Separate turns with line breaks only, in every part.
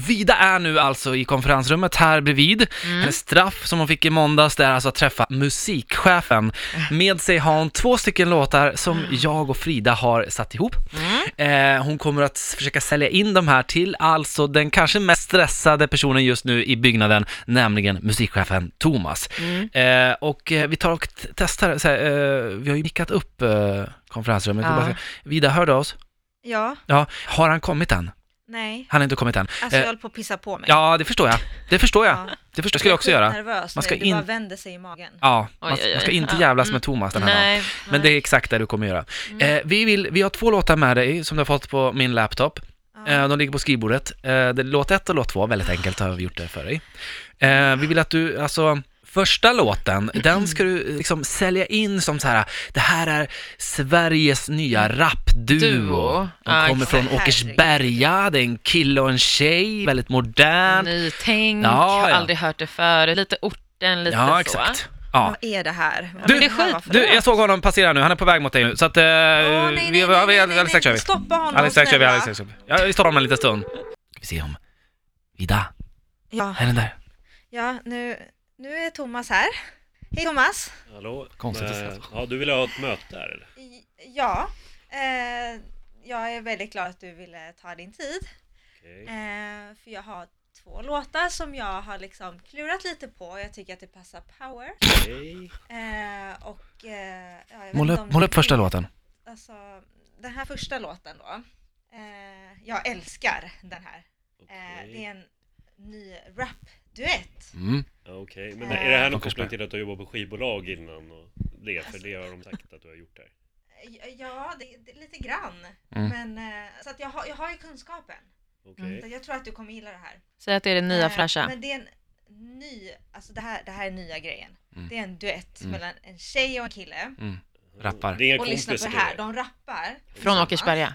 Vida är nu alltså i konferensrummet här bredvid. Hennes straff som hon fick i måndags, det är alltså att träffa musikchefen. Med sig har hon två stycken låtar som jag och Frida har satt ihop.
Mm.
Eh, hon kommer att s- försöka sälja in de här till alltså den kanske mest stressade personen just nu i byggnaden, nämligen musikchefen Thomas.
Mm.
Eh, och eh, vi tar och t- testar, så här, eh, vi har ju mickat upp eh, konferensrummet.
Ja.
Vi bara ska- Vida, hör du oss?
Ja,
Ja, har han kommit än?
nej.
Han har inte kommit än.
Alltså
Eh,
jag höll på att pissa på mig.
Ja, det förstår jag. Det förstår jag.
Ja.
Det förstår, skulle jag också göra.
Nervös
Man
man
ska
ska nu,
in-
det bara vänder sig i magen.
Ja, man,
Oj, oj, oj.
man ska inte
Ja.
jävlas
Mm.
med Thomas den här dagen.
Nej. Mm.
Men det är exakt det du kommer göra. Eh, vi, vill, vi har två låtar med dig som du har fått på min laptop.
Ja.
Eh, de ligger på skrivbordet. Eh, det, är låt ett och låt två, väldigt enkelt har vi gjort det för dig. Eh, vi vill att du, alltså, första låten, den ska du eh, liksom sälja in som så här, det här är Sveriges nya rapduo.
Duo.
De
Ja,
kommer
exakt.
från Åkersberga, det är en kille och en tjej, väldigt modernt.
Nytänk,
Ja,
har
ja.
aldrig hört det förut, lite orten, lite så.
Ja, exakt. Ja.
Vad är det här? Vad
Du,
är det här vara för
Du,
låt?
jag såg honom passera nu, han är på väg mot dig nu, så att... eh,
Åh, nej, nej, nej, nej, nej, nej,
alldeles strax kör vi.
Stoppa honom
Alldeles strax kör vi,
snälla.
alldeles strax kör vi. Ja, vi stoppar honom en liten stund. Ska vi se om... Vida,
Ja,
här är den där.
ja nu, nu är Thomas här. Hej Thomas.
Hallå?
Konstigt att
Eh,
säga så.
Ja, du vill ha ett möte där eller?
I- Ja, eh, jag är väldigt glad att du ville ta din tid.
Okej.
Eh, för jag har två låtar som jag har liksom klurat lite på. Jag tycker att det passar power.
Hej.
Eh, och, eh, ja, jag vet
Måla
inte om
upp, måla
du
upp första
vet,
låten.
Alltså, den här första låten då. Eh, jag älskar den här. Eh,
Okej.
det är en ny rapduett.
Mm.
Ja, Okej, men är det här någon
Åkersberg.
koppling till att du har jobbat på skivbolag innan och det?
Alltså.
För det har de sagt att du har gjort där.
Eh, Ja, det, det, lite grann.
Mm.
Men, eh, så att jag, har, jag har ju kunskapen.
Okej.
Så jag tror att du kommer gilla det här.
Säg att det är det nya
Eh,
fräscha.
Men det är en ny, alltså det här, det här är nya grejen.
Mm.
Det är en duett
Mm.
mellan en tjej och en kille.
Rappar.
Det är inga
Och lyssna på
kompisar
det här,
då?
de rappar.
Från
tillsammans.
Åkersberga.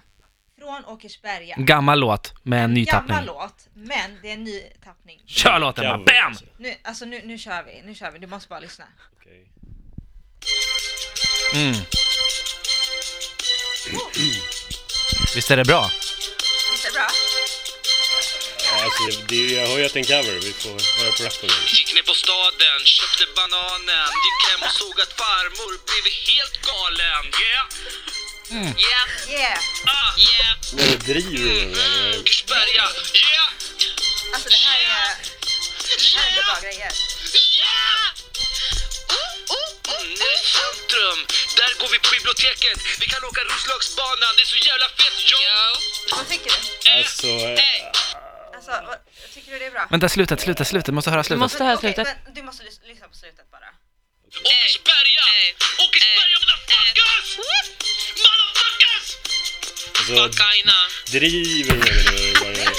Från Åkersberga.
Gammal låt med Mm. en ny
Gammal
tappning.
låt, men det är en ny tappning.
Kör låten bara,
Cover,
BAM!
alltså.
Nu, alltså nu, nu kör vi, nu kör vi, du måste bara lyssna.
Okej.
Mm. Visst är det bra?
Visst är det bra?
Ja, Alltså, det, jag hör ju att det är en cover. Vi får höra på rappen.
Gick ner på staden, köpte bananen Gick hem och såg att farmor blivit helt galen Yeah, yeah,
Yeah!
ah, yeah
Men det driver du med eller?
Åkersberga, yeah,
Alltså det här är, det här är bra grejer.
yeah Oh, oh, oh, Nu är det centrum, där går vi på biblioteket Vi kan åka Roslagsbanan, det är så jävla fett yo
Vad tycker du?
Alltså, eh,
Alltså, vad, tycker du det är bra?
Vänta, slutet, slutet, slutet, måste höra slutet.
måste- det här
okej,
slutet.
men du måste lys- lyssna på slutet bara.
Åkersberga, Åkersberga motherfuckers Motherfuckers
alltså driver du med det nu? Bara-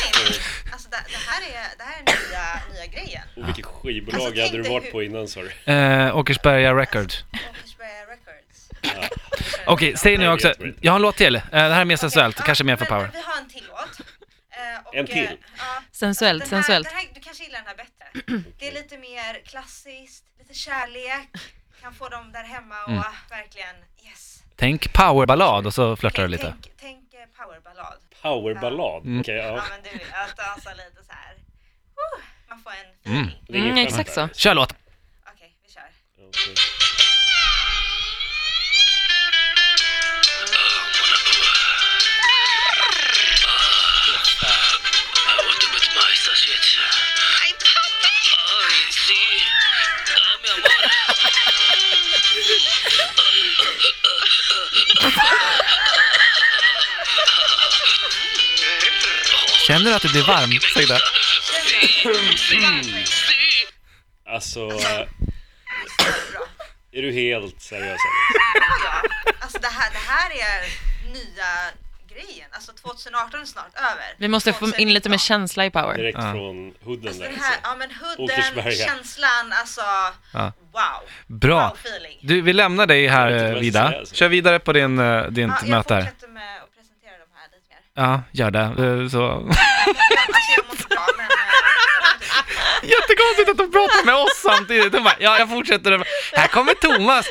Alltså det, det här är, det här är nya, nya grejen.
Och vilket skivbolag
Alltså, tänk
hade du
dig
varit
hur-
på innan sa du?
Eh, Åkersberga Records.
Åkersberga Records.
Okej, säg nu
Nej,
också,
jag vet inte.
jag har en låt till. Eh, det här är mer sensuellt,
ja,
kanske mer för
men
power.
Vi har en till låt. Eh, och,
En till?
eh, ja,
Sensuellt,
den här,
sensuellt.
Den här, du kanske gillar den här bättre. Det är lite mer klassiskt, lite kärlek, kan få dem där hemma och
Mm.
verkligen yes.
Tänk powerballad och så flörtar du lite.
Tänk, tänk eh, powerballad.
Powerballad? Okej,
Ja.
ja.
men du, att dansa lite så här. Woo! Man får en feeling.
Det är ingen
Mm,
skämt
exakt
där.
så.
Kör låten.
Okej, vi kör.
Ja, okej.
Känner du att du blir varm, Frida?
Alltså, eh, är du helt seriös?
Ja, alltså det här, det här är nya grejen. Alltså 2018 är snart över.
Vi måste få in lite mer
2019.
känsla i power.
Direkt från hooden
Alltså
där. liksom.
den här, ja men hooden,
Åkersberga.
känslan, alltså
Ja.
wow.
Bra.
Wow-feeling.
Du, vi lämnar dig här,
Jag vet inte
eh,
vad jag ska
Vida.
säga, alltså.
Kör vidare på din, eh, din
Ja, jag
möte här.
fortsätter med att presentera de här lite mer.
Ja, gör det. Eh, Så.
Alltså jag mår så bra men... eh,
Jättekonstigt att de pratar med oss samtidigt. De bara, ja, jag fortsätter. Här kommer Thomas.